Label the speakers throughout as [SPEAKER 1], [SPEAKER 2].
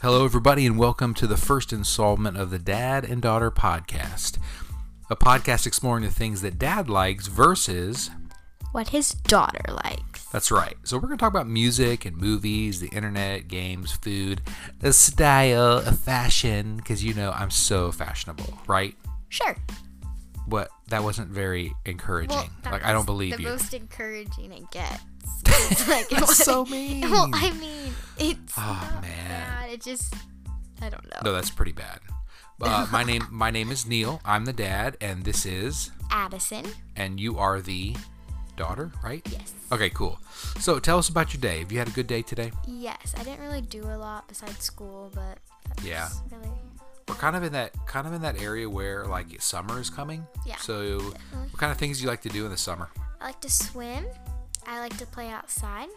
[SPEAKER 1] Hello, everybody, and welcome to the first installment of the Dad and Daughter Podcast, a podcast exploring the things that dad likes versus.
[SPEAKER 2] what his daughter likes.
[SPEAKER 1] That's right. So, we're going to talk about music and movies, the internet, games, food, a style, a fashion, because you know I'm so fashionable, right?
[SPEAKER 2] Sure.
[SPEAKER 1] What? That wasn't very encouraging. like, I don't believe
[SPEAKER 2] the
[SPEAKER 1] you.
[SPEAKER 2] most encouraging it gets. It's like,
[SPEAKER 1] That's
[SPEAKER 2] what-
[SPEAKER 1] so mean.
[SPEAKER 2] Well, I mean, it's
[SPEAKER 1] Oh,
[SPEAKER 2] not
[SPEAKER 1] man.
[SPEAKER 2] bad. It just, I don't know.
[SPEAKER 1] no, that's pretty bad. Uh, my name my name is Neil. I'm the dad, and this is
[SPEAKER 2] Addison.
[SPEAKER 1] and you are the daughter, right?
[SPEAKER 2] Yes.
[SPEAKER 1] Okay, cool. So tell us about your day. Have you had a good day today?
[SPEAKER 2] Yes, I didn't really do a lot besides school, but that's
[SPEAKER 1] Yeah.
[SPEAKER 2] really
[SPEAKER 1] We're kind of in that kind of in that area where like summer is coming.
[SPEAKER 2] Yeah,
[SPEAKER 1] So what kind of things do you like to do in the summer?
[SPEAKER 2] I like to swim. I like to play outside.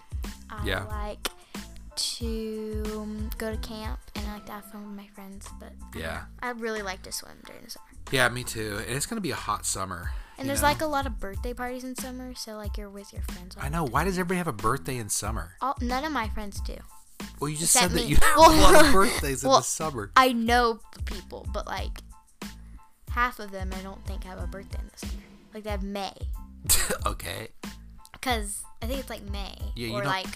[SPEAKER 2] I
[SPEAKER 1] Yeah.
[SPEAKER 2] like to um, go to camp and I like to have fun with my friends, but I don't
[SPEAKER 1] Yeah.
[SPEAKER 2] know. I really like to swim during the summer.
[SPEAKER 1] Yeah, me too. And it's gonna be a hot summer.
[SPEAKER 2] And
[SPEAKER 1] you
[SPEAKER 2] there's
[SPEAKER 1] know?
[SPEAKER 2] like a lot of birthday parties in summer, so like you're with your friends. All,
[SPEAKER 1] I know. Why does everybody have a birthday in summer?
[SPEAKER 2] all none of my friends do.
[SPEAKER 1] Well, you just
[SPEAKER 2] Except
[SPEAKER 1] said that
[SPEAKER 2] me.
[SPEAKER 1] you have a lot of birthdays in
[SPEAKER 2] Well-
[SPEAKER 1] the summer.
[SPEAKER 2] I know people, but like half of them I don't think have a birthday in the summer. Like they have May,
[SPEAKER 1] okay.
[SPEAKER 2] because I think it's like May
[SPEAKER 1] Yeah, you
[SPEAKER 2] or
[SPEAKER 1] don't-
[SPEAKER 2] like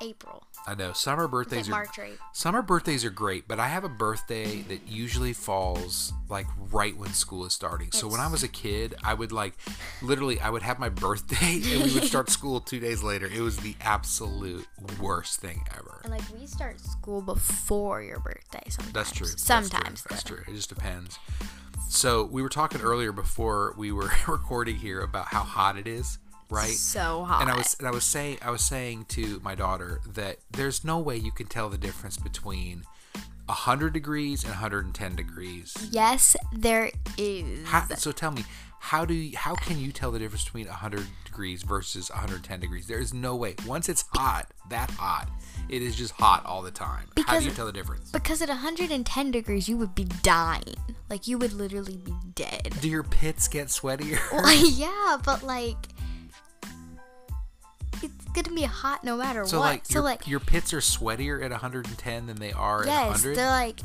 [SPEAKER 2] April,
[SPEAKER 1] I know. Summer
[SPEAKER 2] It's, like
[SPEAKER 1] birthdays are
[SPEAKER 2] March or April.
[SPEAKER 1] Summer birthdays are great, but I have a birthday that usually falls like right when school is starting. So when I was a kid, I would like literally I would have my birthday and we would start school 2 days later. It was the absolute worst thing ever.
[SPEAKER 2] And like we start school before your birthday sometimes.
[SPEAKER 1] That's true. That's true.
[SPEAKER 2] Sometimes.
[SPEAKER 1] That's
[SPEAKER 2] though.
[SPEAKER 1] true. It just depends. So we were talking earlier before we were recording here about how hot it is, right?
[SPEAKER 2] So hot.
[SPEAKER 1] And I was and I was saying I was saying to my daughter that there's no way you can tell the difference between 100 degrees and 110 degrees.
[SPEAKER 2] Yes, there is.
[SPEAKER 1] How, so tell me, how do you, how can you tell the difference between 100 degrees versus 110 degrees? There is no way. Once it's hot, that hot, it is just hot all the time. how
[SPEAKER 2] Because-
[SPEAKER 1] do you tell the difference?
[SPEAKER 2] Because at 110 degrees, you would be dying. Like, you would literally be dead.
[SPEAKER 1] Do your pits get sweatier?
[SPEAKER 2] Well, yeah, but like, it's gonna be hot no matter
[SPEAKER 1] So
[SPEAKER 2] what.
[SPEAKER 1] like,
[SPEAKER 2] so
[SPEAKER 1] your,
[SPEAKER 2] like,
[SPEAKER 1] your pits are sweatier at 110 than they are at
[SPEAKER 2] yes,
[SPEAKER 1] 100.
[SPEAKER 2] they're like,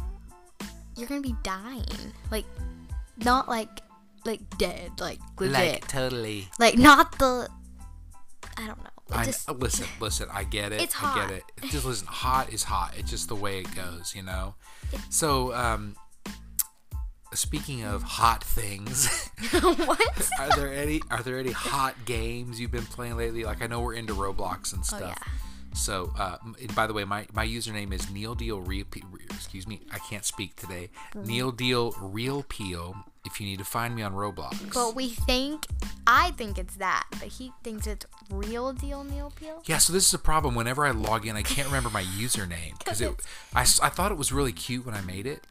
[SPEAKER 2] you're gonna be dying. Like, not like, like dead. Like legit. Like,
[SPEAKER 1] like totally.
[SPEAKER 2] not the. I don't know. It
[SPEAKER 1] I,
[SPEAKER 2] just,
[SPEAKER 1] listen, listen. I get it.
[SPEAKER 2] It's
[SPEAKER 1] I
[SPEAKER 2] hot.
[SPEAKER 1] get it. It Just listen. Hot is hot. It's just the way it goes, you know. So, um, speaking of hot things,
[SPEAKER 2] what?
[SPEAKER 1] are there any are there any hot games you've been playing lately? Like I know we're into Roblox and stuff.
[SPEAKER 2] Oh, yeah.
[SPEAKER 1] So, uh, m- and by the way, my, my username is Neil Deal Real. Pe- Re- excuse me, I can't speak today. Neil Deal Real Peel. If you need to find me on Roblox.
[SPEAKER 2] But we think, I think it's that, but he thinks it's real deal Neil Peel.
[SPEAKER 1] Yeah, so this is a problem. Whenever I log in, I can't remember my username because it. I, s- I thought it was really cute when I made it.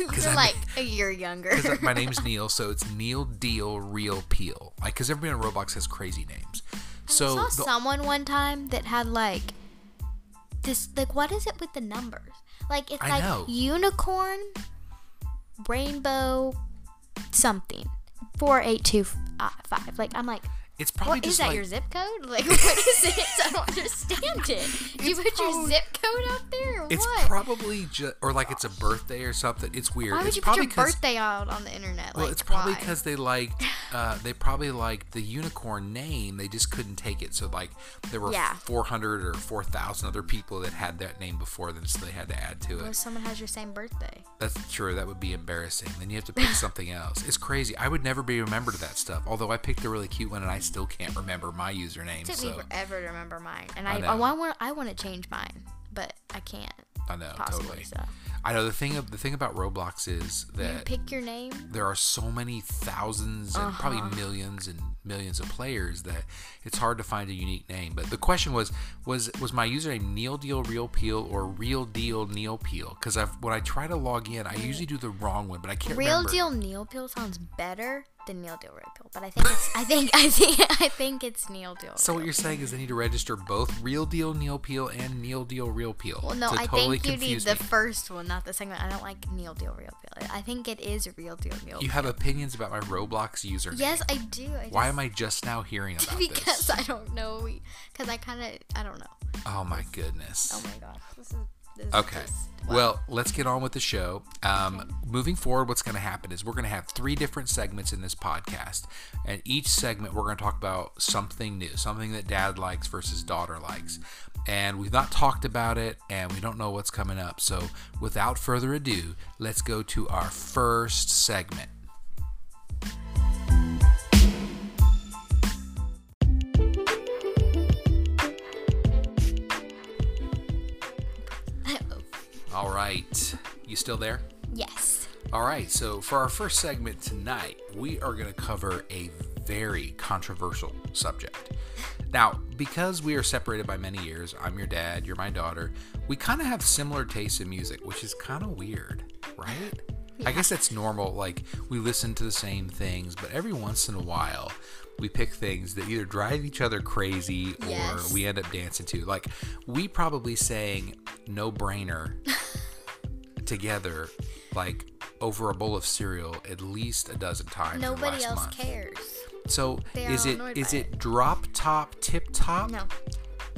[SPEAKER 2] You're
[SPEAKER 1] I'm-
[SPEAKER 2] like a year younger.
[SPEAKER 1] 'Cause My name's Neil, so it's Neil Deal Real Peel. Like, because everybody on Roblox has crazy names. So
[SPEAKER 2] I
[SPEAKER 1] the-
[SPEAKER 2] saw someone one time that had like this like what is it with the numbers? Like it's
[SPEAKER 1] I
[SPEAKER 2] like
[SPEAKER 1] know.
[SPEAKER 2] unicorn rainbow something. Four eight two uh, five. Like I'm like,
[SPEAKER 1] it's probably
[SPEAKER 2] what
[SPEAKER 1] just
[SPEAKER 2] is that?
[SPEAKER 1] like
[SPEAKER 2] your zip code? Like what is it? I don't understand it. Do you put your zip code up there? Or
[SPEAKER 1] it's
[SPEAKER 2] what?
[SPEAKER 1] probably just or like it's a birthday or something. It's weird.
[SPEAKER 2] Why would
[SPEAKER 1] it's
[SPEAKER 2] you put your
[SPEAKER 1] 'cause-
[SPEAKER 2] birthday out on the internet?
[SPEAKER 1] Well,
[SPEAKER 2] like,
[SPEAKER 1] it's probably
[SPEAKER 2] why?
[SPEAKER 1] because they liked, uh, they probably liked the unicorn name. They just couldn't take it. So like, there were
[SPEAKER 2] Yeah.
[SPEAKER 1] 400 or 4,000 other people that had that name before them, so they had to add to it.
[SPEAKER 2] Well, someone has your same birthday.
[SPEAKER 1] That's true. That would be embarrassing. Then you have to pick something else. It's crazy. I would never be remembered that stuff. Although I picked a really cute one, and I still can't remember my username.
[SPEAKER 2] It took me
[SPEAKER 1] So
[SPEAKER 2] forever to remember mine, and
[SPEAKER 1] I
[SPEAKER 2] I I,
[SPEAKER 1] know.
[SPEAKER 2] want I want to change mine, but I can't
[SPEAKER 1] I know
[SPEAKER 2] possibly.
[SPEAKER 1] totally.
[SPEAKER 2] So
[SPEAKER 1] I know the thing. Of, the thing about Roblox is
[SPEAKER 2] you
[SPEAKER 1] that
[SPEAKER 2] pick Uh-huh. your name.
[SPEAKER 1] there are so many thousands and probably millions and millions of players that it's hard to find a unique name. But the question was was was my username Neil Deal Real Peel or Real Deal Neil Peel? Because I've when I try to log in, I usually do the wrong one, but I can't
[SPEAKER 2] Real
[SPEAKER 1] remember.
[SPEAKER 2] deal Neil Peel sounds better than Neil Deal Red Pill, but I think it's I think I think I think it's Neil Deal.
[SPEAKER 1] So what you're saying is I need to register both Real Deal Neil Peel and Neil Deal Real Peel.
[SPEAKER 2] well, no,
[SPEAKER 1] to
[SPEAKER 2] I
[SPEAKER 1] totally
[SPEAKER 2] think you need
[SPEAKER 1] confuse
[SPEAKER 2] the
[SPEAKER 1] me.
[SPEAKER 2] first one, not the second one. I don't like Neil Deal Real Peel. I think it is Real Deal Neil.
[SPEAKER 1] You have opinions about my Roblox username.
[SPEAKER 2] yes, I do. I
[SPEAKER 1] Why am I just now hearing about
[SPEAKER 2] just, because
[SPEAKER 1] this?
[SPEAKER 2] I don't know because I kind of I don't know.
[SPEAKER 1] Oh my goodness.
[SPEAKER 2] Oh my gosh, this is This
[SPEAKER 1] Okay.
[SPEAKER 2] is-
[SPEAKER 1] Well, let's get on with the show. Um, Moving forward, what's going to happen is we're going to have three different segments in this podcast. And each segment, we're going to talk about something new, something that dad likes versus daughter likes. And we've not talked about it, and we don't know what's coming up. So, without further ado, let's go to our first segment. All right. You still there?
[SPEAKER 2] yes.
[SPEAKER 1] All right, so for our first segment tonight, we are going to cover a very controversial subject. Now, because we are separated by many years, I'm your dad, you're my daughter, we kind of have similar tastes in music, which is kind of weird, right? I guess that's normal. Like, we listen to the same things, but every once in a while, we pick things that either drive each other crazy or
[SPEAKER 2] Yes.
[SPEAKER 1] we end up dancing to. Like, we probably sang No Brainer together like over a bowl of cereal at least a dozen times. in the
[SPEAKER 2] Nobody
[SPEAKER 1] last
[SPEAKER 2] else
[SPEAKER 1] month.
[SPEAKER 2] cares.
[SPEAKER 1] So
[SPEAKER 2] They are
[SPEAKER 1] is
[SPEAKER 2] all
[SPEAKER 1] it
[SPEAKER 2] annoyed
[SPEAKER 1] is
[SPEAKER 2] by
[SPEAKER 1] it, drop top tip top?
[SPEAKER 2] No.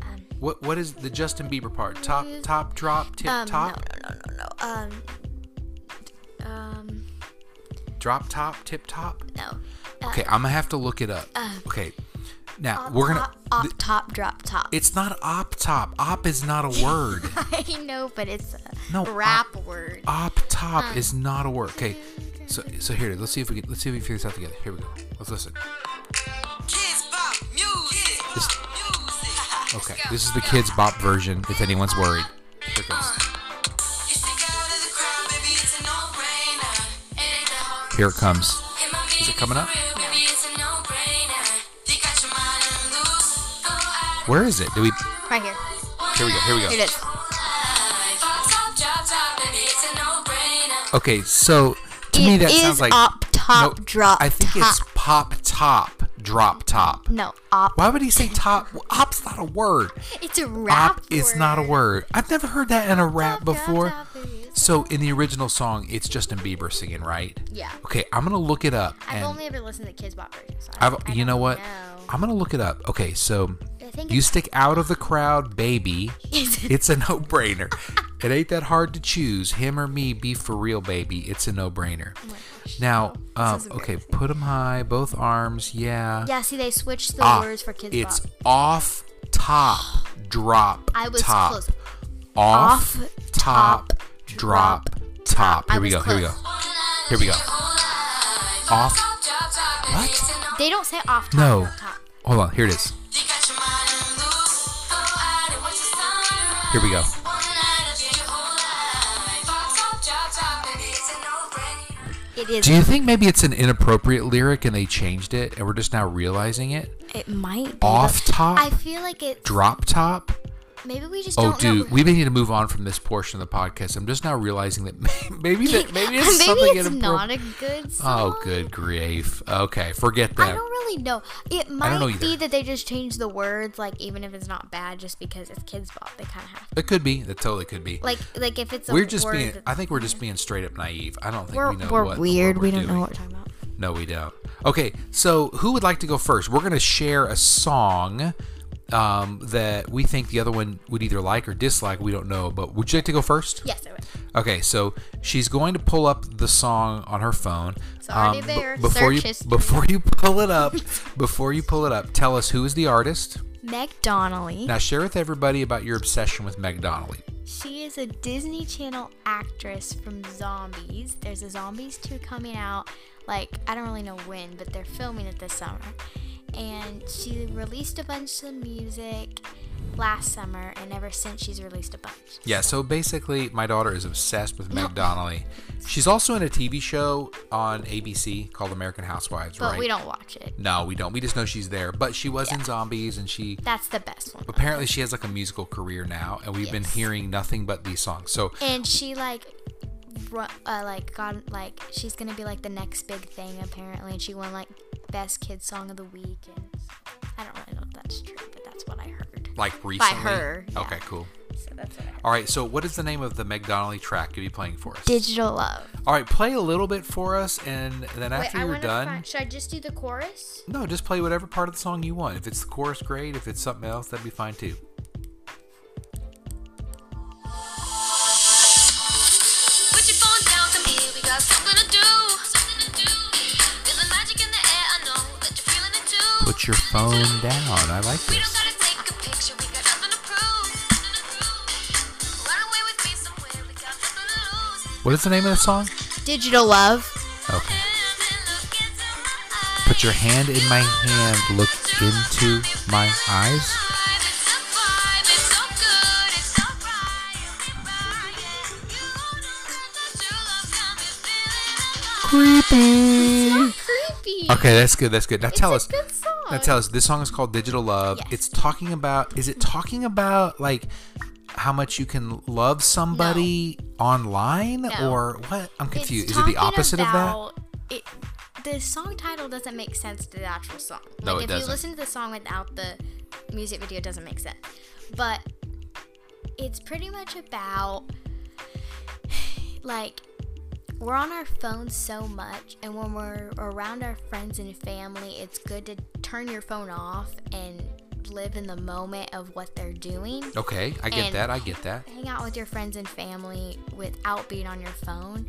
[SPEAKER 2] Um,
[SPEAKER 1] What what is the Justin Bieber part? Top top drop tip
[SPEAKER 2] Mm-hmm. um,
[SPEAKER 1] top
[SPEAKER 2] No, no, no, no, no. Um, um,
[SPEAKER 1] drop top tip top.
[SPEAKER 2] no.
[SPEAKER 1] Okay, I'm gonna have to look it up. okay, now we're gonna.
[SPEAKER 2] Top, Uh, op,
[SPEAKER 1] th-
[SPEAKER 2] top, drop, top.
[SPEAKER 1] it's not op top. Op is not a word.
[SPEAKER 2] I know, but it's a
[SPEAKER 1] No, uh,
[SPEAKER 2] rap word.
[SPEAKER 1] op top is not a word. Okay, so so here let's see if we can, let's see if we figure this out together. Here we go. Let's listen.
[SPEAKER 3] Kids Bop Music.
[SPEAKER 1] This-
[SPEAKER 3] Music.
[SPEAKER 1] Okay, this is the kids bop version. If anyone's worried, here it goes.
[SPEAKER 3] You stick out of the crowd, baby, it's a no-brainer. It ain't that hard.
[SPEAKER 1] Here it comes.
[SPEAKER 3] Hit my
[SPEAKER 1] Is
[SPEAKER 3] music
[SPEAKER 1] it coming up?
[SPEAKER 3] for real, baby, it's a no-brainer. You got your mind on loose. Oh, I-
[SPEAKER 1] Where is it? Do we?
[SPEAKER 2] Right here.
[SPEAKER 1] Here we go. Here we
[SPEAKER 2] Here
[SPEAKER 1] go.
[SPEAKER 2] it is.
[SPEAKER 3] Top, top, drop, top, baby, it's a no-brainer.
[SPEAKER 1] Okay, so to me
[SPEAKER 2] It
[SPEAKER 1] that
[SPEAKER 2] is
[SPEAKER 1] sounds like
[SPEAKER 2] op, top, drop,
[SPEAKER 1] I think it's
[SPEAKER 2] top.
[SPEAKER 1] pop top drop top.
[SPEAKER 2] No, op.
[SPEAKER 1] Why would he say top? Well, op's not a word.
[SPEAKER 2] It's a rap
[SPEAKER 1] Op is not a word. I've never heard that in a rap
[SPEAKER 2] Top, drop,
[SPEAKER 1] before.
[SPEAKER 2] top, baby, it's a-
[SPEAKER 1] So in the original song, it's Justin Bieber singing, right?
[SPEAKER 2] Yeah.
[SPEAKER 1] Okay, I'm gonna look it up.
[SPEAKER 2] I've
[SPEAKER 1] and
[SPEAKER 2] only ever listened to the Kids Bop version. So I,
[SPEAKER 1] I've,
[SPEAKER 2] I
[SPEAKER 1] you
[SPEAKER 2] don't
[SPEAKER 1] know what?
[SPEAKER 2] know.
[SPEAKER 1] I'm gonna look it up. Okay, so
[SPEAKER 2] I think
[SPEAKER 1] you
[SPEAKER 2] it's-
[SPEAKER 1] stick out of the crowd, baby. It's a no brainer. It ain't that hard to choose. Him or me, be for real, baby. It's a no brainer. Now, um,
[SPEAKER 2] is
[SPEAKER 1] okay, put 'em high, both arms. Yeah.
[SPEAKER 2] yeah, see, they switched the
[SPEAKER 1] Ah,
[SPEAKER 2] words for Kids
[SPEAKER 1] it's
[SPEAKER 2] Bop.
[SPEAKER 1] off top, drop.
[SPEAKER 2] I was
[SPEAKER 1] top.
[SPEAKER 2] close.
[SPEAKER 1] Off,
[SPEAKER 2] Off,
[SPEAKER 1] top,
[SPEAKER 2] top,
[SPEAKER 1] drop, top.
[SPEAKER 2] I
[SPEAKER 1] Here we go.
[SPEAKER 2] was
[SPEAKER 1] Here we go.
[SPEAKER 2] close.
[SPEAKER 1] Here we go. Off.
[SPEAKER 3] Top, drop, top, baby,
[SPEAKER 1] What?
[SPEAKER 3] it's a no-
[SPEAKER 2] They don't say off top.
[SPEAKER 1] No.
[SPEAKER 2] drop, top.
[SPEAKER 1] Hold on. Here it is.
[SPEAKER 3] You got your mind on loose. Oh, I done watched the sunrise.
[SPEAKER 1] Here we go.
[SPEAKER 3] One night, I did your whole life. Box up, drop top, baby, it's a no-brainer.
[SPEAKER 2] It is.
[SPEAKER 1] Do you think maybe it's an inappropriate lyric and they changed it and we're just now realizing it?
[SPEAKER 2] it might be.
[SPEAKER 1] Off
[SPEAKER 2] but
[SPEAKER 1] top,
[SPEAKER 2] Oh I feel like it.
[SPEAKER 1] drop top.
[SPEAKER 2] Maybe we just
[SPEAKER 1] Oh,
[SPEAKER 2] don't know.
[SPEAKER 1] dude, we may need to move on from this portion of the podcast. I'm just now realizing that maybe that maybe it's
[SPEAKER 2] Maybe
[SPEAKER 1] something
[SPEAKER 2] it's
[SPEAKER 1] inappropri-
[SPEAKER 2] not a good song.
[SPEAKER 1] Oh, good grief. Okay, forget
[SPEAKER 2] I
[SPEAKER 1] that.
[SPEAKER 2] don't really know. It
[SPEAKER 1] don't know
[SPEAKER 2] might be
[SPEAKER 1] either.
[SPEAKER 2] that they just changed the words, like even if it's not bad, just because it's kids' bop, they kind of have to.
[SPEAKER 1] It could be. That totally could be.
[SPEAKER 2] Like, like if it's a
[SPEAKER 1] we're just
[SPEAKER 2] word
[SPEAKER 1] being.
[SPEAKER 2] that's-
[SPEAKER 1] I think we're just being straight up naive. I don't think
[SPEAKER 2] we're,
[SPEAKER 1] we know
[SPEAKER 2] we're
[SPEAKER 1] what the
[SPEAKER 2] weird.
[SPEAKER 1] world
[SPEAKER 2] we
[SPEAKER 1] we're
[SPEAKER 2] don't
[SPEAKER 1] doing.
[SPEAKER 2] know what we're talking about.
[SPEAKER 1] No, we don't. Okay, so who would like to go first? We're gonna share a song um, that we think the other one would either like or dislike. We don't know, but would you like to go first?
[SPEAKER 2] Yes, I would.
[SPEAKER 1] Okay, so she's going to pull up the song on her phone. It's
[SPEAKER 2] already there.
[SPEAKER 1] before
[SPEAKER 2] Search
[SPEAKER 1] you
[SPEAKER 2] history.
[SPEAKER 1] before you pull it up, before you pull it up, tell us who is the artist.
[SPEAKER 2] Meg Donnelly.
[SPEAKER 1] Now share with everybody about your obsession with Meg Donnelly.
[SPEAKER 2] She is a Disney Channel actress from Zombies. There's a Zombies 2 coming out, like, I don't really know when, but they're filming it this summer. And she released a bunch of music last summer, and ever since, she's released a bunch.
[SPEAKER 1] Yeah, so basically, my daughter is obsessed with Meg Donnelly. She's also in a TV show on ABC called American Housewives,
[SPEAKER 2] But
[SPEAKER 1] right?
[SPEAKER 2] we don't watch it.
[SPEAKER 1] No, we don't. We just know she's there. But she was in Zombies, and she
[SPEAKER 2] That's the best one.
[SPEAKER 1] apparently she has like a musical career now, and we've been
[SPEAKER 2] Yes.
[SPEAKER 1] hearing nothing but these songs. So
[SPEAKER 2] And she, like, ru- uh, like got like she's gonna be like the next big thing apparently and she won like best kids song of the week and i don't really know if that's true but that's what i heard
[SPEAKER 1] like recently,
[SPEAKER 2] her, yeah.
[SPEAKER 1] okay, cool.
[SPEAKER 2] so that's what i heard
[SPEAKER 1] All right, so what is the name of the Meg Donnelly track you'll be playing for us?
[SPEAKER 2] digital love.
[SPEAKER 1] All right, play a little bit for us, and then after you're
[SPEAKER 2] wanna
[SPEAKER 1] done,
[SPEAKER 2] Find, should I just do the chorus?
[SPEAKER 1] no, just play whatever part of the song you want. If it's the chorus, great. If it's something else, that'd be fine too.
[SPEAKER 3] Drop,
[SPEAKER 1] put your phone down. I like
[SPEAKER 3] We don't
[SPEAKER 1] this.
[SPEAKER 3] gotta take a picture, we got nothing to prove. Run away with me somewhere, we got nothing to lose.
[SPEAKER 1] What is the name of the song?
[SPEAKER 2] Digital love.
[SPEAKER 1] Okay.
[SPEAKER 3] And then look into my eyes.
[SPEAKER 1] Put your hand in my hand, look into my eyes.
[SPEAKER 3] It's a vibe, it's so good, it's alright. You're right, yeah. You know that your love got me feeling alive.
[SPEAKER 1] Creepy.
[SPEAKER 2] Creepy.
[SPEAKER 1] Okay, that's good. That's good. Now
[SPEAKER 2] It's
[SPEAKER 1] tell
[SPEAKER 2] a
[SPEAKER 1] us.
[SPEAKER 2] good song.
[SPEAKER 1] Now tell us. This song is called Digital Love.
[SPEAKER 2] Yes.
[SPEAKER 1] It's talking about. Is it talking about like how much you can love somebody online
[SPEAKER 2] No.
[SPEAKER 1] or what? I'm
[SPEAKER 2] It's
[SPEAKER 1] confused. Is it the
[SPEAKER 2] talking
[SPEAKER 1] opposite of
[SPEAKER 2] about- It, the song title doesn't make sense to the actual song. Like,
[SPEAKER 1] No, it
[SPEAKER 2] if
[SPEAKER 1] doesn't.
[SPEAKER 2] you listen to the song without the music video, it doesn't make sense. But it's pretty much about like we're on our phones so much, and when we're around our friends and family, it's good to turn your phone off and live in the moment of what they're doing
[SPEAKER 1] that? Okay, I get
[SPEAKER 2] And-
[SPEAKER 1] that. I get that.
[SPEAKER 2] hang out with your friends and family without being on your phone.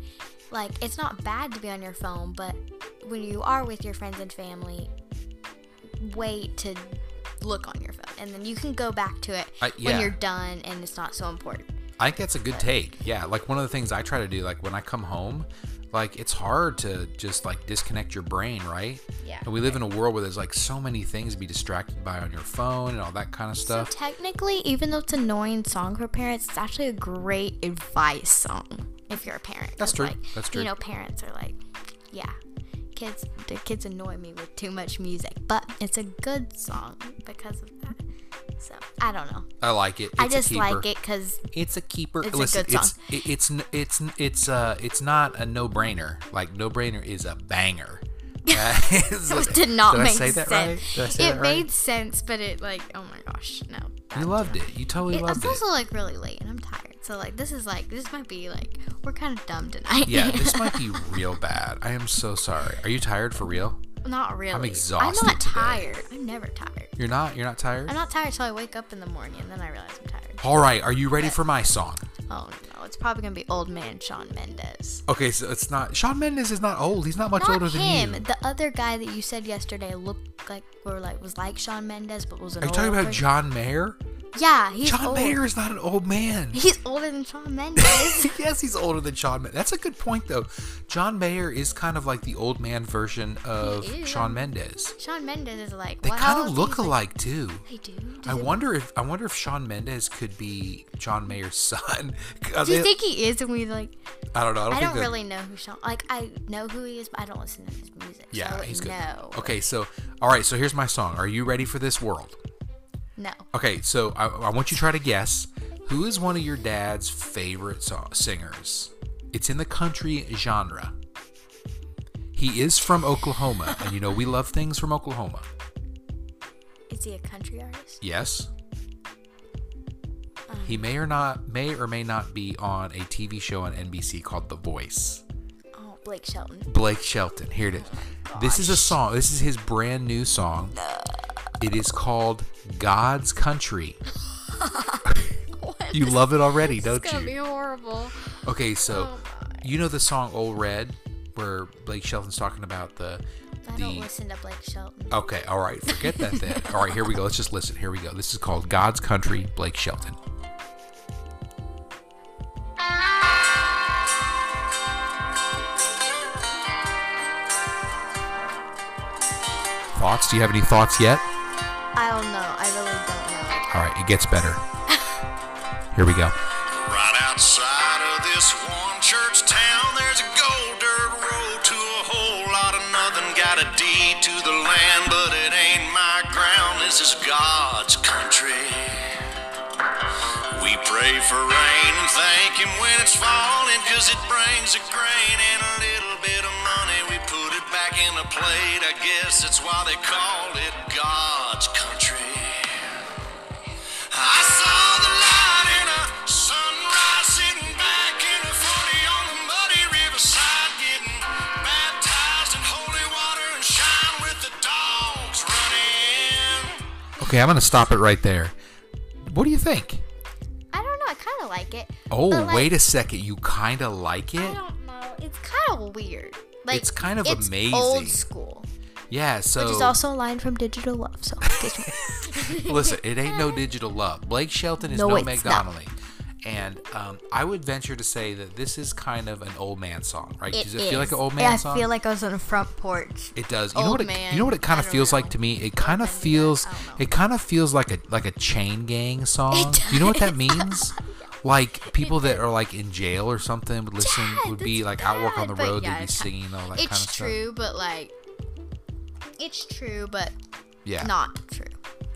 [SPEAKER 2] Like, it's not bad to be on your phone, but when you are with your friends and family, wait to look on your phone. And then you can go back to it
[SPEAKER 1] I- yeah.
[SPEAKER 2] when you're done and it's not so important.
[SPEAKER 1] I think that's a good take. Yeah, like one of the things I try to do, like when I come home, like it's hard to just like disconnect your brain, right?
[SPEAKER 2] Yeah.
[SPEAKER 1] And we live in a world where there's like so many things to be distracted by on your phone and all that kind of
[SPEAKER 2] So,
[SPEAKER 1] stuff.
[SPEAKER 2] technically, even though it's an annoying song for parents, it's actually a great advice song if you're a parent.
[SPEAKER 1] That's
[SPEAKER 2] 'Cause,
[SPEAKER 1] true.
[SPEAKER 2] Like,
[SPEAKER 1] That's true.
[SPEAKER 2] You know, parents are like, yeah. Kids, the kids annoy me with too much music, but it's a good song because of that. So I don't know.
[SPEAKER 1] I like it. It's
[SPEAKER 2] I just
[SPEAKER 1] a keeper.
[SPEAKER 2] like it because
[SPEAKER 1] It's a keeper.
[SPEAKER 2] It's a
[SPEAKER 1] Listen,
[SPEAKER 2] good
[SPEAKER 1] it's it, it's n- it's n- it's uh it's not a no brainer. Like no brainer is a banger. Uh,
[SPEAKER 2] it did not
[SPEAKER 1] did
[SPEAKER 2] make
[SPEAKER 1] I say
[SPEAKER 2] sense.
[SPEAKER 1] that right? Did I say
[SPEAKER 2] it
[SPEAKER 1] that right?
[SPEAKER 2] made sense, but it like, oh my gosh, no. that-
[SPEAKER 1] You loved it. You totally
[SPEAKER 2] It-
[SPEAKER 1] loved
[SPEAKER 2] it's
[SPEAKER 1] it.
[SPEAKER 2] also like really late, and I'm tired. So like, this is like, this might be like, we're kind of dumb tonight.
[SPEAKER 1] yeah, this might be real bad. I am so sorry. Are you tired for real?
[SPEAKER 2] Not really.
[SPEAKER 1] exhausted
[SPEAKER 2] I'm not
[SPEAKER 1] today.
[SPEAKER 2] tired. I'm never tired.
[SPEAKER 1] You're not. You're not tired.
[SPEAKER 2] I'm not tired till I wake up in the morning, and then I realize I'm tired.
[SPEAKER 1] All right, are you ready for my song?
[SPEAKER 2] Oh no, it's probably gonna be old man Sean Mendes.
[SPEAKER 1] Okay, so it's not. Sean Mendes is not old. He's not much
[SPEAKER 2] Not
[SPEAKER 1] older
[SPEAKER 2] him.
[SPEAKER 1] than you.
[SPEAKER 2] The other guy that you said yesterday looked like or like was like Sean Mendes, but was an.
[SPEAKER 1] Are you talking
[SPEAKER 2] older
[SPEAKER 1] about
[SPEAKER 2] person.
[SPEAKER 1] John Mayer?
[SPEAKER 2] Yeah, he's
[SPEAKER 1] John
[SPEAKER 2] old.
[SPEAKER 1] Mayer is not an old man.
[SPEAKER 2] He's older than Sean Mendes.
[SPEAKER 1] yes, he's older than Sean Mendes. That's a good point, though. John Mayer is kind of like the old man version of
[SPEAKER 2] He is.
[SPEAKER 1] Sean Mendes.
[SPEAKER 2] Sean Mendes is like.
[SPEAKER 1] They
[SPEAKER 2] well, how
[SPEAKER 1] kind
[SPEAKER 2] old
[SPEAKER 1] of
[SPEAKER 2] is
[SPEAKER 1] look
[SPEAKER 2] he?
[SPEAKER 1] alike too.
[SPEAKER 2] They do. Does
[SPEAKER 1] I
[SPEAKER 2] it-
[SPEAKER 1] wonder if I wonder if Sean Mendes could be John Mayer's son. Are
[SPEAKER 2] Do you
[SPEAKER 1] they-
[SPEAKER 2] think he is? And we like.
[SPEAKER 1] I don't know. I don't,
[SPEAKER 2] I
[SPEAKER 1] think
[SPEAKER 2] don't
[SPEAKER 1] that-
[SPEAKER 2] really know who Sean. Like I know who he is, but I don't listen to his music. so I
[SPEAKER 1] Yeah,
[SPEAKER 2] wouldn't
[SPEAKER 1] he's good.
[SPEAKER 2] know.
[SPEAKER 1] Okay, so all right, so here's my song. Are you ready for this world?
[SPEAKER 2] No.
[SPEAKER 1] Okay, so I, I want you to try to guess who is one of your dad's favorite so- singers. It's in the country genre. He is from Oklahoma, and you know we love things from Oklahoma.
[SPEAKER 2] Is he a country artist?
[SPEAKER 1] Yes. He may or not may or may not be on a TV show on NBC called The Voice.
[SPEAKER 2] Oh, Blake Shelton.
[SPEAKER 1] Blake Shelton. Here it is. This is a song. This is his brand new song. It is called God's Country. You love it already, don't
[SPEAKER 2] It's gonna
[SPEAKER 1] you?
[SPEAKER 2] be horrible.
[SPEAKER 1] Okay, so
[SPEAKER 2] Oh my.
[SPEAKER 1] you know the song "Old Red," where Blake Shelton's talking about the
[SPEAKER 2] I don't
[SPEAKER 1] the.
[SPEAKER 2] listen to Blake Shelton.
[SPEAKER 1] Okay, all right, forget that then. All right, here we go. Let's just listen. Here we go. This is called "God's Country," Blake Shelton. Thoughts? Do you have any thoughts yet?
[SPEAKER 2] I don't know. I really don't know.
[SPEAKER 1] All right, it gets better. Here we go.
[SPEAKER 4] Right outside of this one church town, there's a gold dirt road to a whole lot of nothing. Got a deed to the land, but it ain't my ground. This is God's country. We pray for rain and thank Him when it's falling, cause it brings a grain and a little bit of money. We put it back in a plate, I guess that's why they call it God's country. I saw the light in a sunrise, sitting back in a 40 on the muddy riverside, getting baptized in holy water and shine with the dogs running.
[SPEAKER 1] Okay, I'm gonna stop it right there. What do you think?
[SPEAKER 2] I don't know. I kind of like it.
[SPEAKER 1] Oh,
[SPEAKER 2] but, like,
[SPEAKER 1] wait a second. You kind of like
[SPEAKER 2] I
[SPEAKER 1] it?
[SPEAKER 2] don't know. It's kind of weird. Like
[SPEAKER 1] It's kind of
[SPEAKER 2] it's
[SPEAKER 1] amazing.
[SPEAKER 2] Old school.
[SPEAKER 1] Yeah, so
[SPEAKER 2] Which is also a line from Digital Love. So get your-
[SPEAKER 1] Listen, it ain't no digital love. Blake Shelton is
[SPEAKER 2] No,
[SPEAKER 1] no,
[SPEAKER 2] it's
[SPEAKER 1] Meg
[SPEAKER 2] not.
[SPEAKER 1] Donnelly. And um, I would venture to say that this is kind of an old man song, right? Does it feel like an old man
[SPEAKER 2] yeah,
[SPEAKER 1] song?
[SPEAKER 2] I feel like I was on a front porch.
[SPEAKER 1] it does. You know
[SPEAKER 2] old
[SPEAKER 1] what it,
[SPEAKER 2] man,
[SPEAKER 1] you know what it kind
[SPEAKER 2] I
[SPEAKER 1] of
[SPEAKER 2] don't
[SPEAKER 1] feels
[SPEAKER 2] know.
[SPEAKER 1] like to me? It kind of
[SPEAKER 2] man,
[SPEAKER 1] feels
[SPEAKER 2] I don't know.
[SPEAKER 1] it kind of feels like a like a chain gang song.
[SPEAKER 2] It
[SPEAKER 1] You know what that means? like people that are like in jail or something would listen
[SPEAKER 2] Yeah,
[SPEAKER 1] would be
[SPEAKER 2] that's
[SPEAKER 1] like out work on the
[SPEAKER 2] bad, but
[SPEAKER 1] road,
[SPEAKER 2] yeah,
[SPEAKER 1] they'd be
[SPEAKER 2] it's-
[SPEAKER 1] singing all that
[SPEAKER 2] It's
[SPEAKER 1] kind of
[SPEAKER 2] true,
[SPEAKER 1] stuff.
[SPEAKER 2] but like, it's true, but
[SPEAKER 1] Yeah.
[SPEAKER 2] not true.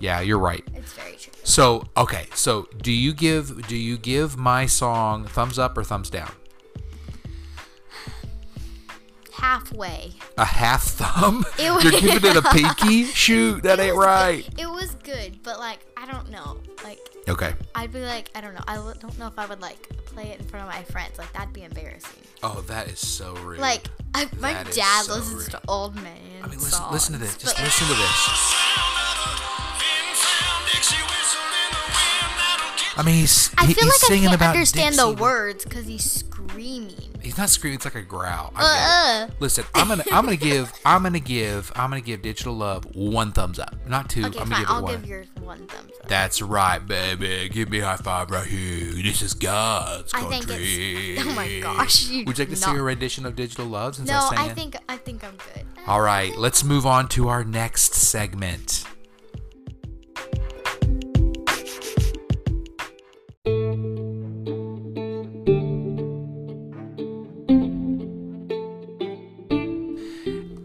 [SPEAKER 1] Yeah, you're right.
[SPEAKER 2] It's very true.
[SPEAKER 1] So, okay. So, do you give do you give my song thumbs up or thumbs down?
[SPEAKER 2] Halfway.
[SPEAKER 1] A half thumb?
[SPEAKER 2] Ew.
[SPEAKER 1] You're giving it a pinky? Shoot, that ain't right.
[SPEAKER 2] It was good, but like, I don't know. Like,
[SPEAKER 1] Okay.
[SPEAKER 2] I'd be like, I don't know. I l- don't know if I would like play it in front of my friends. Like, that'd be embarrassing.
[SPEAKER 1] Oh, that is so rude.
[SPEAKER 2] Like, I, my
[SPEAKER 1] That is
[SPEAKER 2] dad
[SPEAKER 1] so
[SPEAKER 2] listens
[SPEAKER 1] rude.
[SPEAKER 2] to old man
[SPEAKER 1] I mean, listen,
[SPEAKER 2] songs.
[SPEAKER 1] listen to this. Just
[SPEAKER 2] but-
[SPEAKER 1] listen to this. I mean, he's,
[SPEAKER 2] I
[SPEAKER 1] he-
[SPEAKER 2] feel
[SPEAKER 1] he's
[SPEAKER 2] like I
[SPEAKER 1] singing
[SPEAKER 2] can't
[SPEAKER 1] about
[SPEAKER 2] understand
[SPEAKER 1] Dixie,
[SPEAKER 2] the words because he's screaming.
[SPEAKER 1] He's not screaming. It's like a growl. I
[SPEAKER 2] Uh,
[SPEAKER 1] get it. Listen, I'm gonna, I'm gonna give, I'm gonna give, I'm gonna give Digital Love one thumbs up, not two.
[SPEAKER 2] Okay,
[SPEAKER 1] I'm gonna
[SPEAKER 2] fine.
[SPEAKER 1] give it
[SPEAKER 2] I'll
[SPEAKER 1] one.
[SPEAKER 2] give yours one thumbs up.
[SPEAKER 1] That's right, baby. Give me a high five right here. This is God's
[SPEAKER 2] I
[SPEAKER 1] country.
[SPEAKER 2] think it's. Oh my gosh! You
[SPEAKER 1] Would you like to
[SPEAKER 2] not,
[SPEAKER 1] see a rendition of Digital Love since
[SPEAKER 2] No,
[SPEAKER 1] I sang
[SPEAKER 2] I
[SPEAKER 1] it?
[SPEAKER 2] think I think I'm good.
[SPEAKER 1] All right, let's move on to our next segment.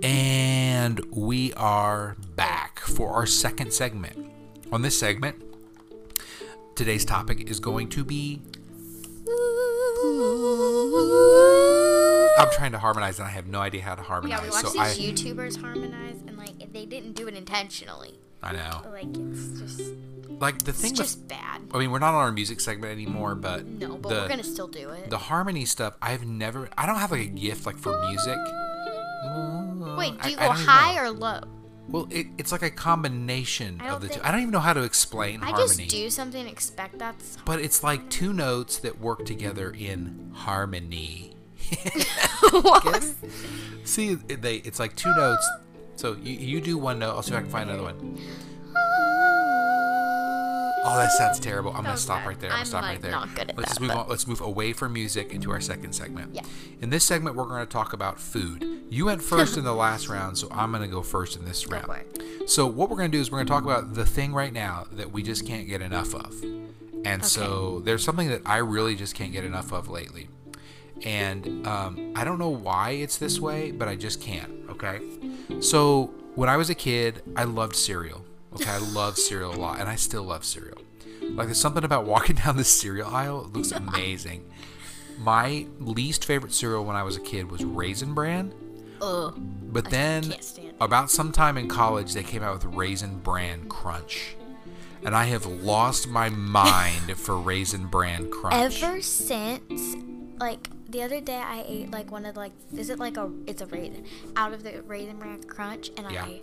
[SPEAKER 1] And we are back for our second segment. On this segment, today's topic is going to be. I'm trying to harmonize and I have no idea how to harmonize.
[SPEAKER 2] Yeah, we watch
[SPEAKER 1] so
[SPEAKER 2] these
[SPEAKER 1] I,
[SPEAKER 2] YouTubers harmonize, and like they didn't do it intentionally.
[SPEAKER 1] I know.
[SPEAKER 2] But, like it's just
[SPEAKER 1] Like the thing
[SPEAKER 2] it's
[SPEAKER 1] with,
[SPEAKER 2] just bad.
[SPEAKER 1] I mean, we're not on our music segment anymore, but
[SPEAKER 2] No, but
[SPEAKER 1] the,
[SPEAKER 2] we're gonna still do it.
[SPEAKER 1] the harmony stuff. I've never. I don't have like a gift like for music.
[SPEAKER 2] Wait, do
[SPEAKER 1] I-
[SPEAKER 2] you
[SPEAKER 1] I
[SPEAKER 2] go
[SPEAKER 1] don't even
[SPEAKER 2] high
[SPEAKER 1] know.
[SPEAKER 2] or low?
[SPEAKER 1] Well, it, it's like a combination
[SPEAKER 2] I
[SPEAKER 1] of
[SPEAKER 2] don't
[SPEAKER 1] the
[SPEAKER 2] think-
[SPEAKER 1] two. I don't even know how to explain
[SPEAKER 2] I
[SPEAKER 1] harmony.
[SPEAKER 2] just do something and expect that's.
[SPEAKER 1] But it's like two notes that work together in harmony. See, it- they it's like two notes. So you, you do one note. I'll see if I can find another one. Oh, that sounds terrible. I'm gonna
[SPEAKER 2] was
[SPEAKER 1] stop
[SPEAKER 2] bad.
[SPEAKER 1] right there. I'm,
[SPEAKER 2] I'm,
[SPEAKER 1] gonna stop
[SPEAKER 2] like,
[SPEAKER 1] right there.
[SPEAKER 2] not good at
[SPEAKER 1] let's just
[SPEAKER 2] that,
[SPEAKER 1] move
[SPEAKER 2] but-
[SPEAKER 1] on. Let's move away from music into our second segment.
[SPEAKER 2] Yeah.
[SPEAKER 1] In this segment, we're gonna talk about food. You went first in the last round, so I'm gonna go first in this round.
[SPEAKER 2] for it.
[SPEAKER 1] So what we're gonna do is we're gonna talk about the thing right now that we just can't get enough of. And so there's something that I really just can't get enough of lately. And um, I don't know why it's this way, but I just can't. Okay. So when I was a kid, I loved cereal. Okay. I loved cereal a lot, and I still love cereal. Like there's something about walking down the cereal aisle, it looks amazing. My least favorite cereal when I was a kid was Raisin Bran.
[SPEAKER 2] Ugh.
[SPEAKER 1] But then,
[SPEAKER 2] can't stand it.
[SPEAKER 1] about sometime in college, they came out with Raisin Bran Crunch. And I have lost my mind for Raisin Bran Crunch.
[SPEAKER 2] Ever since, like the other day, I ate like one of the, like is it like a it's a raisin out of the raisin bran crunch, and
[SPEAKER 1] Yeah.
[SPEAKER 2] I,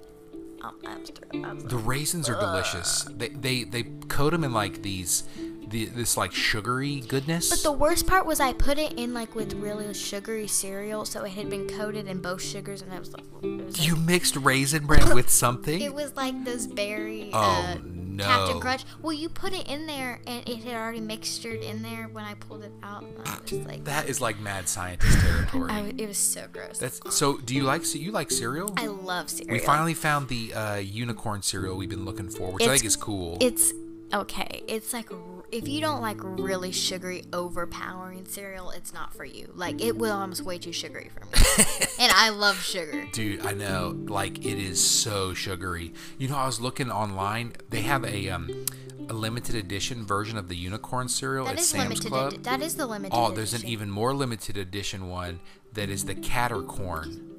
[SPEAKER 2] um, I was through. I was
[SPEAKER 1] The raisins are delicious. They, they they coat them in like these, the, this like sugary goodness.
[SPEAKER 2] But the worst part was I put it in like with really sugary cereal, so it had been coated in both sugars, and I was like, it was, like-
[SPEAKER 1] you mixed Raisin Bran with something?
[SPEAKER 2] it was like those berry uh,
[SPEAKER 1] oh no!
[SPEAKER 2] Captain Crunch. Well, you put it in there, and it had already mixtured in there when I pulled it out. And I was like,
[SPEAKER 1] That is like mad scientist territory.
[SPEAKER 2] I w- it was so gross.
[SPEAKER 1] That's so. Do you like ce- you like cereal?
[SPEAKER 2] I love cereal.
[SPEAKER 1] we finally found the uh, unicorn cereal we've been looking for, which I
[SPEAKER 2] It's-
[SPEAKER 1] think is cool.
[SPEAKER 2] It's okay. It's like r- if you don't like really sugary, overpowering cereal, it's not for you. Like it was almost way too sugary for me, and I love sugar.
[SPEAKER 1] Dude, I know. Like it is so sugary. You know, I was looking online. They have a um a limited edition version of the unicorn cereal
[SPEAKER 2] That
[SPEAKER 1] at
[SPEAKER 2] is
[SPEAKER 1] Sam's
[SPEAKER 2] limited.
[SPEAKER 1] Club.
[SPEAKER 2] edi- that is the limited.
[SPEAKER 1] oh, there's an
[SPEAKER 2] edition.
[SPEAKER 1] even more limited edition one that is the cattercorn.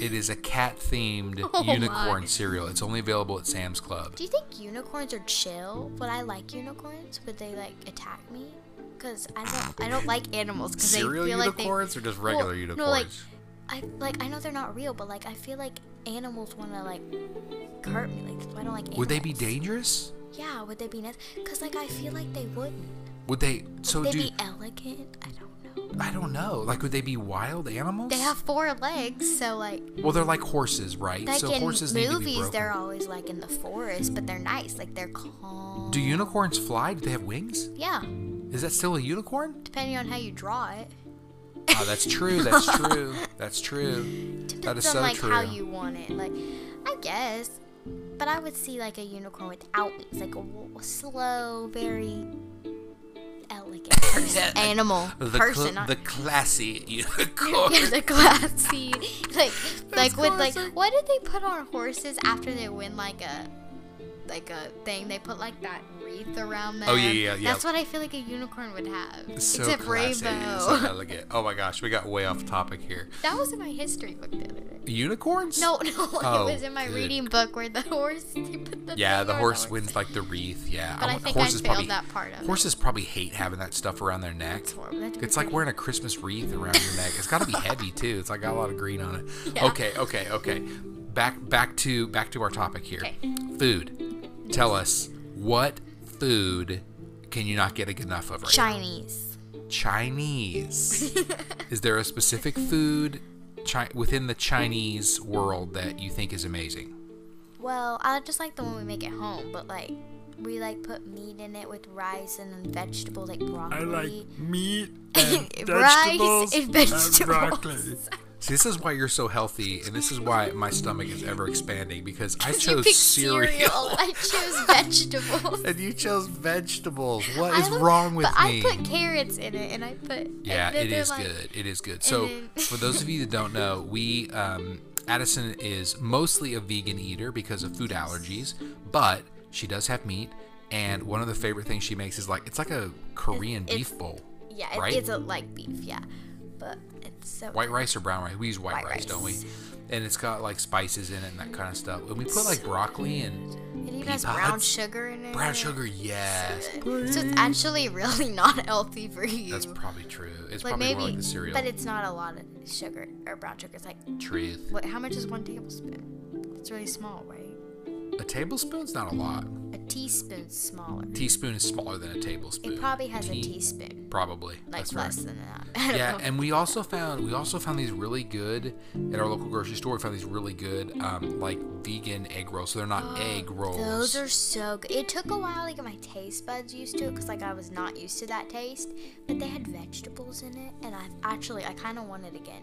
[SPEAKER 1] it is a cat themed unicorn cereal. It's only available at Sam's Club.
[SPEAKER 2] Oh Do you think unicorns are chill? Would I like unicorns? Would they like attack me? Cause I don't, I don't like animals. Cause
[SPEAKER 1] Cereal
[SPEAKER 2] they feel
[SPEAKER 1] unicorns or
[SPEAKER 2] like they,
[SPEAKER 1] just regular
[SPEAKER 2] Well,
[SPEAKER 1] unicorns?
[SPEAKER 2] No, like, I like I know they're not real, but like I feel like animals want to like hurt me. Like that's why I don't like animals.
[SPEAKER 1] Would they be dangerous?
[SPEAKER 2] Yeah, would they be nice? Cause like I feel like they wouldn't.
[SPEAKER 1] Would they? So
[SPEAKER 2] Would they
[SPEAKER 1] do
[SPEAKER 2] be elegant? I don't know.
[SPEAKER 1] I don't know. Like, would they be wild animals?
[SPEAKER 2] They have four legs, so like
[SPEAKER 1] Well, they're like horses, right?
[SPEAKER 2] like
[SPEAKER 1] so
[SPEAKER 2] in
[SPEAKER 1] horses need to be
[SPEAKER 2] movies,
[SPEAKER 1] broken.
[SPEAKER 2] they're always like in the forest, but they're nice, like they're calm.
[SPEAKER 1] Do unicorns fly? Do they have wings?
[SPEAKER 2] yeah,
[SPEAKER 1] Is that still a unicorn?
[SPEAKER 2] depending on how you draw it.
[SPEAKER 1] Oh, that's true. That's true. That's true.
[SPEAKER 2] Depends
[SPEAKER 1] That is
[SPEAKER 2] on
[SPEAKER 1] so
[SPEAKER 2] like how
[SPEAKER 1] true.
[SPEAKER 2] you want it. Like, I guess, but I would see like a unicorn without wings, like a, w- slow, very elegant person, animal
[SPEAKER 1] The, cl-
[SPEAKER 2] person, not
[SPEAKER 1] the classy unicorn.
[SPEAKER 2] Yeah, the classy, like, like with like, what did they put on horses after they win like a, like a thing? They put like that wreath around them.
[SPEAKER 1] Oh, yeah, yeah, yeah.
[SPEAKER 2] That's what I feel like a unicorn would have,
[SPEAKER 1] So
[SPEAKER 2] except
[SPEAKER 1] classy,
[SPEAKER 2] rainbow.
[SPEAKER 1] so elegant. Oh my gosh, we got way off topic here.
[SPEAKER 2] that was in my history book the other day.
[SPEAKER 1] Unicorns?
[SPEAKER 2] No, no,
[SPEAKER 1] Oh,
[SPEAKER 2] it was in my
[SPEAKER 1] good.
[SPEAKER 2] reading book where the horse. They put the
[SPEAKER 1] Yeah,
[SPEAKER 2] thing
[SPEAKER 1] the
[SPEAKER 2] on
[SPEAKER 1] horse wins like the wreath. Yeah,
[SPEAKER 2] But I
[SPEAKER 1] want-
[SPEAKER 2] think I failed that part of it.
[SPEAKER 1] Horses probably hate having that stuff around their neck.
[SPEAKER 2] It's horrible. That'd be
[SPEAKER 1] It's like
[SPEAKER 2] pretty-
[SPEAKER 1] wearing a Christmas wreath around your neck. It's got to be heavy too. It's like got a lot of green on it.
[SPEAKER 2] Yeah.
[SPEAKER 1] Okay, okay, okay. Back back to back to our topic here. Food. Tell us what food can you not get enough of right
[SPEAKER 2] Chinese.
[SPEAKER 1] now? Chinese. is there a specific food chi- within the Chinese world that you think is amazing?
[SPEAKER 2] Well, I just like the one we make at home, but like we like put meat in it with rice and then vegetables like broccoli.
[SPEAKER 1] meat
[SPEAKER 2] rice and vegetables.
[SPEAKER 1] See, this is why you're so healthy, and this is why my stomach is ever expanding because I
[SPEAKER 2] you
[SPEAKER 1] chose
[SPEAKER 2] picked
[SPEAKER 1] cereal.
[SPEAKER 2] I chose vegetables.
[SPEAKER 1] and you chose vegetables. What
[SPEAKER 2] I
[SPEAKER 1] is
[SPEAKER 2] love-
[SPEAKER 1] wrong with
[SPEAKER 2] but
[SPEAKER 1] me?
[SPEAKER 2] I put carrots in it, and I put.
[SPEAKER 1] yeah,
[SPEAKER 2] and then
[SPEAKER 1] it
[SPEAKER 2] they're
[SPEAKER 1] is
[SPEAKER 2] like-
[SPEAKER 1] good. It is good. So,
[SPEAKER 2] then-
[SPEAKER 1] for those of you that don't know, we um, Addison is mostly a vegan eater because of food allergies, but she does have meat. And one of the favorite things she makes is like it's like a Korean
[SPEAKER 2] It's-
[SPEAKER 1] beef bowl.
[SPEAKER 2] Yeah, it,
[SPEAKER 1] right?
[SPEAKER 2] it's a like beef. Yeah, but it's so.
[SPEAKER 1] white rice or brown rice. We use white,
[SPEAKER 2] White
[SPEAKER 1] rice, don't we?
[SPEAKER 2] rice.
[SPEAKER 1] And it's got like spices in it and that kind of stuff. And we put like broccoli and
[SPEAKER 2] It even
[SPEAKER 1] pea
[SPEAKER 2] has brown
[SPEAKER 1] pods.
[SPEAKER 2] sugar in it.
[SPEAKER 1] brown sugar. Yes,
[SPEAKER 2] So it's actually really not healthy for you.
[SPEAKER 1] that's probably true. It's
[SPEAKER 2] like
[SPEAKER 1] probably
[SPEAKER 2] maybe,
[SPEAKER 1] more like the cereal.
[SPEAKER 2] but it's not a lot of sugar or brown sugar. It's like,
[SPEAKER 1] Truth.
[SPEAKER 2] what? How much is one tablespoon? It's really small, right?
[SPEAKER 1] A tablespoon's not a lot.
[SPEAKER 2] A teaspoon's smaller.
[SPEAKER 1] teaspoon is smaller than a tablespoon.
[SPEAKER 2] It probably has a
[SPEAKER 1] Tea-
[SPEAKER 2] teaspoon,
[SPEAKER 1] Probably.
[SPEAKER 2] like
[SPEAKER 1] That's right.
[SPEAKER 2] less than that. I don't
[SPEAKER 1] yeah
[SPEAKER 2] know.
[SPEAKER 1] and we also found we also found these really good at our local grocery store we found these really good um, like vegan egg rolls so they're not egg rolls
[SPEAKER 2] Those are so good. It took a while to get my taste buds used to it because, like, I was not used to that taste. But they had vegetables in it, and I actually, I kind of want it again.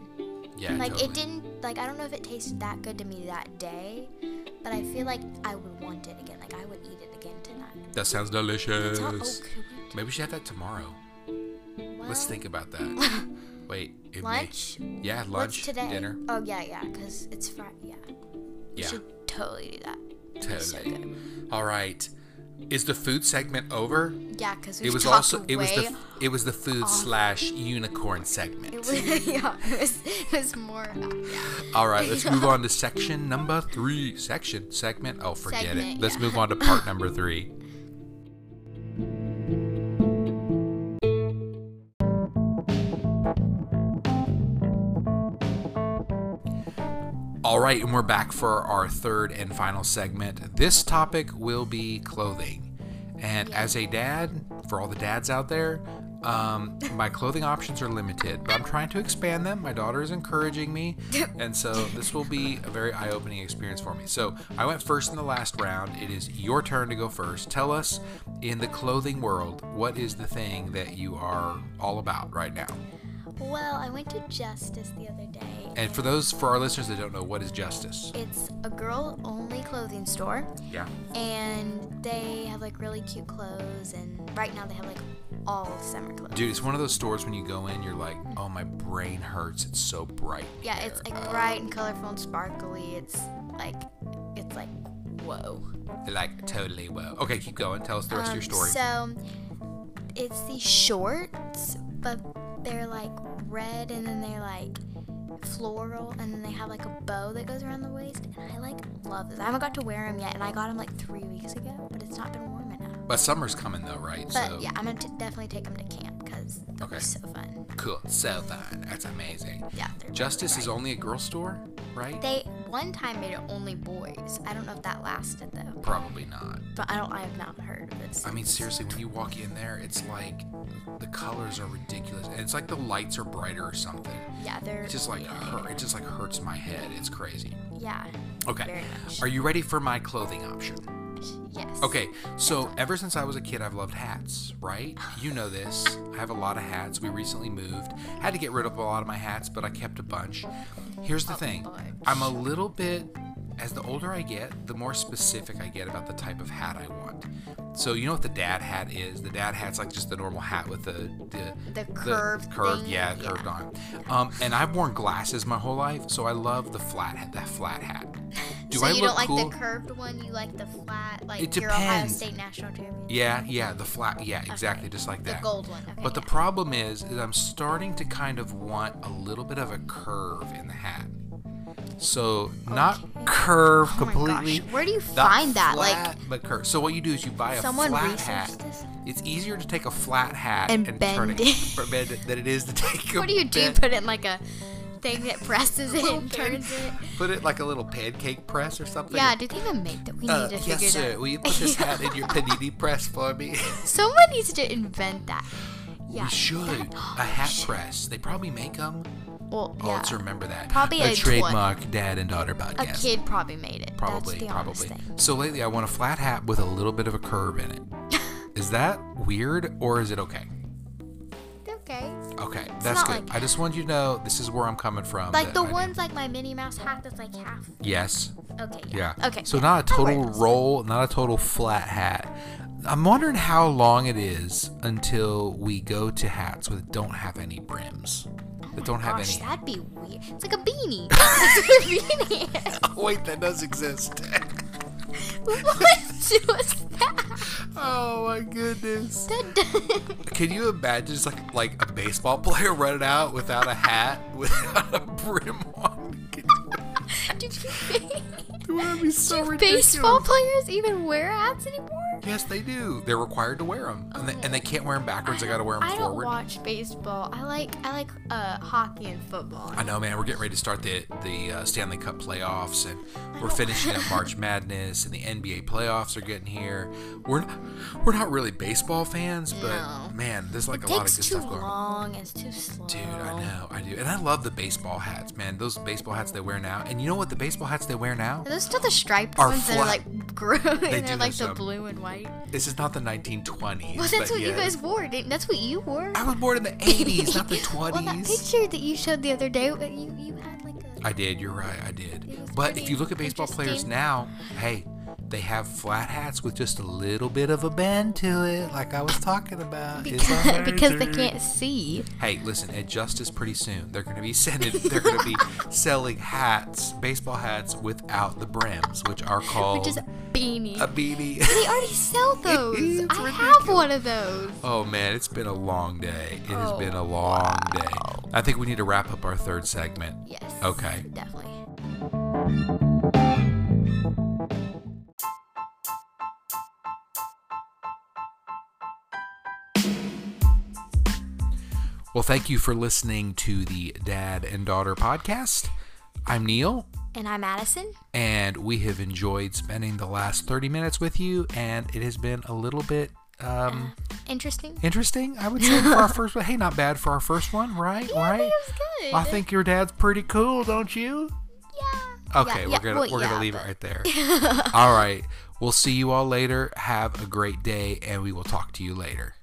[SPEAKER 1] yeah
[SPEAKER 2] Like,
[SPEAKER 1] totally.
[SPEAKER 2] it didn't, like, I don't know if it tasted that good to me that day, but I feel like I would want it again. Like, I would eat it again tonight.
[SPEAKER 1] that sounds
[SPEAKER 2] It's
[SPEAKER 1] delicious
[SPEAKER 2] not oh, okay.
[SPEAKER 1] maybe we should have that tomorrow Let's think about that. Wait, it may-
[SPEAKER 2] Lunch?
[SPEAKER 1] yeah, lunch,
[SPEAKER 2] What's today?
[SPEAKER 1] dinner.
[SPEAKER 2] Oh, yeah, yeah, because it's Friday. Yeah. We
[SPEAKER 1] Yeah,
[SPEAKER 2] should totally do that. It's so
[SPEAKER 1] totally. All right, is the food segment over?
[SPEAKER 2] Yeah, because we
[SPEAKER 1] It was
[SPEAKER 2] talked
[SPEAKER 1] also it was the
[SPEAKER 2] way
[SPEAKER 1] f- it was the food slash unicorn segment.
[SPEAKER 2] It was, yeah, it was, it was more. Yeah.
[SPEAKER 1] All right, let's move on to section number three. Section segment. Oh, forget it.
[SPEAKER 2] Segment,
[SPEAKER 1] Let's
[SPEAKER 2] yeah.
[SPEAKER 1] move on to part number three. All right, and we're back for our third and final segment. This topic will be clothing. And as a dad, for all the dads out there, um, my clothing options are limited, but I'm trying to expand them. My daughter is encouraging me, and so this will be a very eye opening experience for me. So I went first in the last round. It is your turn to go first. Tell us in the clothing world, what is the thing that you are all about right now?
[SPEAKER 2] Well, I went to Justice the other day.
[SPEAKER 1] And for those, for our listeners that don't know, what is justice?
[SPEAKER 2] It's a girl only clothing store,
[SPEAKER 1] Yeah.
[SPEAKER 2] and they have like really cute clothes, and right now they have like all summer clothes.
[SPEAKER 1] Dude, it's one of those stores when you go in, you're like, oh, my brain hurts. It's so bright.
[SPEAKER 2] yeah, it's like bright and colorful and sparkly. It's like, it's like, whoa.
[SPEAKER 1] Like, totally well. Okay, keep going. Tell us the rest of your
[SPEAKER 2] Um,
[SPEAKER 1] story.
[SPEAKER 2] So it's these shorts, but they're like red and then they're like floral and then they have like a bow that goes around the waist. And I like love this. I haven't got to wear them yet and I got them like three weeks ago, but it's not been warm enough.
[SPEAKER 1] but summer's coming, though, right?
[SPEAKER 2] But
[SPEAKER 1] so,
[SPEAKER 2] yeah, I'm gonna t- definitely take them to camp because they're
[SPEAKER 1] Okay.
[SPEAKER 2] so fun.
[SPEAKER 1] cool. So fun. That's amazing.
[SPEAKER 2] Yeah, they're really
[SPEAKER 1] Justice is
[SPEAKER 2] bright.
[SPEAKER 1] only a girl store, right?
[SPEAKER 2] They one time made it only boys. I don't know if that lasted though,
[SPEAKER 1] Probably not.
[SPEAKER 2] but I don't. I have not heard of it.
[SPEAKER 1] I mean,
[SPEAKER 2] since.
[SPEAKER 1] seriously, when you walk in there, it's like the colors are ridiculous, and it's like the lights are brighter or something.
[SPEAKER 2] Yeah, they're
[SPEAKER 1] It's just like hurt. It just like hurts my head. It's crazy.
[SPEAKER 2] yeah.
[SPEAKER 1] Okay.
[SPEAKER 2] Very much.
[SPEAKER 1] Are you ready for my clothing option?
[SPEAKER 2] Yes.
[SPEAKER 1] Okay, so ever since I was a kid, I've loved hats, right? You know this. I have a lot of hats. We recently moved. Had to get rid of a lot of my hats, but I kept a bunch. Here's the thing I'm a little bit, as the older I get, the more specific I get about the type of hat I want. So, you know what the dad hat is? The dad hat's like just the normal hat with the. The,
[SPEAKER 2] The curved
[SPEAKER 1] curved,
[SPEAKER 2] thing,
[SPEAKER 1] yeah,
[SPEAKER 2] yeah.
[SPEAKER 1] curved on. Um, and I've worn glasses my whole life, so I love the flat hat, that flat hat. Do
[SPEAKER 2] so
[SPEAKER 1] I
[SPEAKER 2] you
[SPEAKER 1] look
[SPEAKER 2] don't like
[SPEAKER 1] cool?
[SPEAKER 2] the curved one? You like the flat, like
[SPEAKER 1] It
[SPEAKER 2] your Ohio
[SPEAKER 1] depends.
[SPEAKER 2] State national champion?
[SPEAKER 1] Yeah, yeah, the flat. Yeah, exactly, just like
[SPEAKER 2] Mm-hmm. The
[SPEAKER 1] that.
[SPEAKER 2] gold one. Okay,
[SPEAKER 1] But the
[SPEAKER 2] yeah.
[SPEAKER 1] problem is, is I'm starting to kind of want a little bit of a curve in the hat. So not curve
[SPEAKER 2] Oh my gosh,
[SPEAKER 1] completely.
[SPEAKER 2] where do you
[SPEAKER 1] not
[SPEAKER 2] find that? Like-
[SPEAKER 1] Flat, but curve. So what you do is you buy a
[SPEAKER 2] Someone
[SPEAKER 1] flat
[SPEAKER 2] researched
[SPEAKER 1] hat.
[SPEAKER 2] this?
[SPEAKER 1] It's easier to take a flat hat
[SPEAKER 2] And
[SPEAKER 1] turn
[SPEAKER 2] bend
[SPEAKER 1] it, or bend it than it is to take. a
[SPEAKER 2] What do you do?
[SPEAKER 1] bent-
[SPEAKER 2] Put it in like a thing that presses it and turns it.
[SPEAKER 1] Put it like a little pancake press or something.
[SPEAKER 2] Yeah, do they even make that? We need
[SPEAKER 1] Uh,
[SPEAKER 2] to figure
[SPEAKER 1] yes,
[SPEAKER 2] it
[SPEAKER 1] sir.
[SPEAKER 2] out.
[SPEAKER 1] Will you put this hat in your panini press for me?
[SPEAKER 2] Someone needs to invent that. Yeah.
[SPEAKER 1] We should.
[SPEAKER 2] that-
[SPEAKER 1] a hat press. They probably make them.
[SPEAKER 2] Well,
[SPEAKER 1] Oh,
[SPEAKER 2] yeah.
[SPEAKER 1] let's remember that.
[SPEAKER 2] Probably a tw-
[SPEAKER 1] trademark dad and daughter
[SPEAKER 2] a
[SPEAKER 1] podcast.
[SPEAKER 2] kid probably made it.
[SPEAKER 1] Probably,
[SPEAKER 2] That's the honest
[SPEAKER 1] probably.
[SPEAKER 2] Thing.
[SPEAKER 1] So lately, I want a flat hat with a little bit of a curve in it. Is that weird or is it okay?
[SPEAKER 2] Okay.
[SPEAKER 1] Okay, that's
[SPEAKER 2] not
[SPEAKER 1] good.
[SPEAKER 2] like-
[SPEAKER 1] I just want you to know this is where I'm coming from.
[SPEAKER 2] Like
[SPEAKER 1] that
[SPEAKER 2] the
[SPEAKER 1] I do-
[SPEAKER 2] ones like my Minnie Mouse hat that's like half.
[SPEAKER 1] Yes.
[SPEAKER 2] Okay.
[SPEAKER 1] Yeah.
[SPEAKER 2] Yeah. Okay.
[SPEAKER 1] So
[SPEAKER 2] yeah.
[SPEAKER 1] not a
[SPEAKER 2] I'll wear
[SPEAKER 1] total
[SPEAKER 2] those.
[SPEAKER 1] roll, not a total flat hat. I'm wondering how long it is until we go to hats that don't have any brims, that don't have
[SPEAKER 2] Oh Gosh,
[SPEAKER 1] any.
[SPEAKER 2] that'd be weird. It's like a beanie. it's like a beanie.
[SPEAKER 1] Oh, wait, that does exist.
[SPEAKER 2] what was that?
[SPEAKER 1] oh my goodness.
[SPEAKER 2] That does.
[SPEAKER 1] Can you imagine just like like a baseball player running out without a hat, without a brim on? Can
[SPEAKER 2] Did you?
[SPEAKER 1] you- That would be so
[SPEAKER 2] Do
[SPEAKER 1] ridiculous.
[SPEAKER 2] baseball players even wear hats anymore?
[SPEAKER 1] Yes, they do. They're required to wear them, and they, and they can't wear them backwards. They got to wear them
[SPEAKER 2] I don't
[SPEAKER 1] forward.
[SPEAKER 2] watch baseball. I like I like uh, hockey and football.
[SPEAKER 1] I know, man. We're getting ready to start the the uh, Stanley Cup playoffs, and we're finishing up March Madness, and the NBA playoffs are getting here. We're not, we're not really baseball fans, but
[SPEAKER 2] No.
[SPEAKER 1] man, there's like a lot of
[SPEAKER 2] Takes
[SPEAKER 1] good
[SPEAKER 2] too
[SPEAKER 1] stuff going. on.
[SPEAKER 2] long. It's too slow.
[SPEAKER 1] Dude, I know, I do, and I love the baseball hats, man. Those baseball hats they wear now, and you know what? The baseball hats they wear now.
[SPEAKER 2] Are those still the striped
[SPEAKER 1] Are
[SPEAKER 2] ones that are
[SPEAKER 1] flat.
[SPEAKER 2] like grown? They
[SPEAKER 1] do
[SPEAKER 2] are like
[SPEAKER 1] those,
[SPEAKER 2] the
[SPEAKER 1] um,
[SPEAKER 2] blue and white.
[SPEAKER 1] This is not the 1920s.
[SPEAKER 2] Well, that's
[SPEAKER 1] but
[SPEAKER 2] what you
[SPEAKER 1] yeah.
[SPEAKER 2] guys wore. Didn't, that's what you wore.
[SPEAKER 1] I was born in the 80s, not the 20s.
[SPEAKER 2] Well, that picture that you showed the other day, uh, you you had like a.
[SPEAKER 1] I did. You're right. I did.
[SPEAKER 2] It was
[SPEAKER 1] But if
[SPEAKER 2] pretty
[SPEAKER 1] you look at baseball players
[SPEAKER 2] interesting.
[SPEAKER 1] now, hey, they have flat hats with just a little bit of a bend to it, like I was talking about. It's
[SPEAKER 2] Because,
[SPEAKER 1] a
[SPEAKER 2] because they
[SPEAKER 1] hazard.
[SPEAKER 2] can't see.
[SPEAKER 1] Hey, listen. At Justice, pretty soon they're going to be sending. They're going to be selling hats, baseball hats without the brims, which are called
[SPEAKER 2] Which is a beanie.
[SPEAKER 1] a beanie.
[SPEAKER 2] they already sell those. I
[SPEAKER 1] Uh, is
[SPEAKER 2] have one of those.
[SPEAKER 1] Oh man, it's been a long day. It has
[SPEAKER 2] Oh,
[SPEAKER 1] been a long day. I think we need to wrap up our third segment.
[SPEAKER 2] Yes.
[SPEAKER 1] Okay.
[SPEAKER 2] Definitely.
[SPEAKER 1] Well, thank you for listening to the Dad and Daughter podcast. I'm Neil,
[SPEAKER 2] And I'm Addison.
[SPEAKER 1] and we have enjoyed spending the last 30 minutes with you, and it has been a little bit um,
[SPEAKER 2] Interesting.
[SPEAKER 1] interesting, I would say, for our first one. Hey, not bad for our first one, right?
[SPEAKER 2] Yeah, I
[SPEAKER 1] right?
[SPEAKER 2] think it was good.
[SPEAKER 1] I think your dad's pretty cool, don't you?
[SPEAKER 2] yeah.
[SPEAKER 1] Okay,
[SPEAKER 2] Yeah,
[SPEAKER 1] we're
[SPEAKER 2] yeah,
[SPEAKER 1] gonna
[SPEAKER 2] well,
[SPEAKER 1] we're
[SPEAKER 2] yeah,
[SPEAKER 1] gonna leave it
[SPEAKER 2] but-
[SPEAKER 1] right there. all right. We'll see you all later. Have a great day, and we will talk to you later.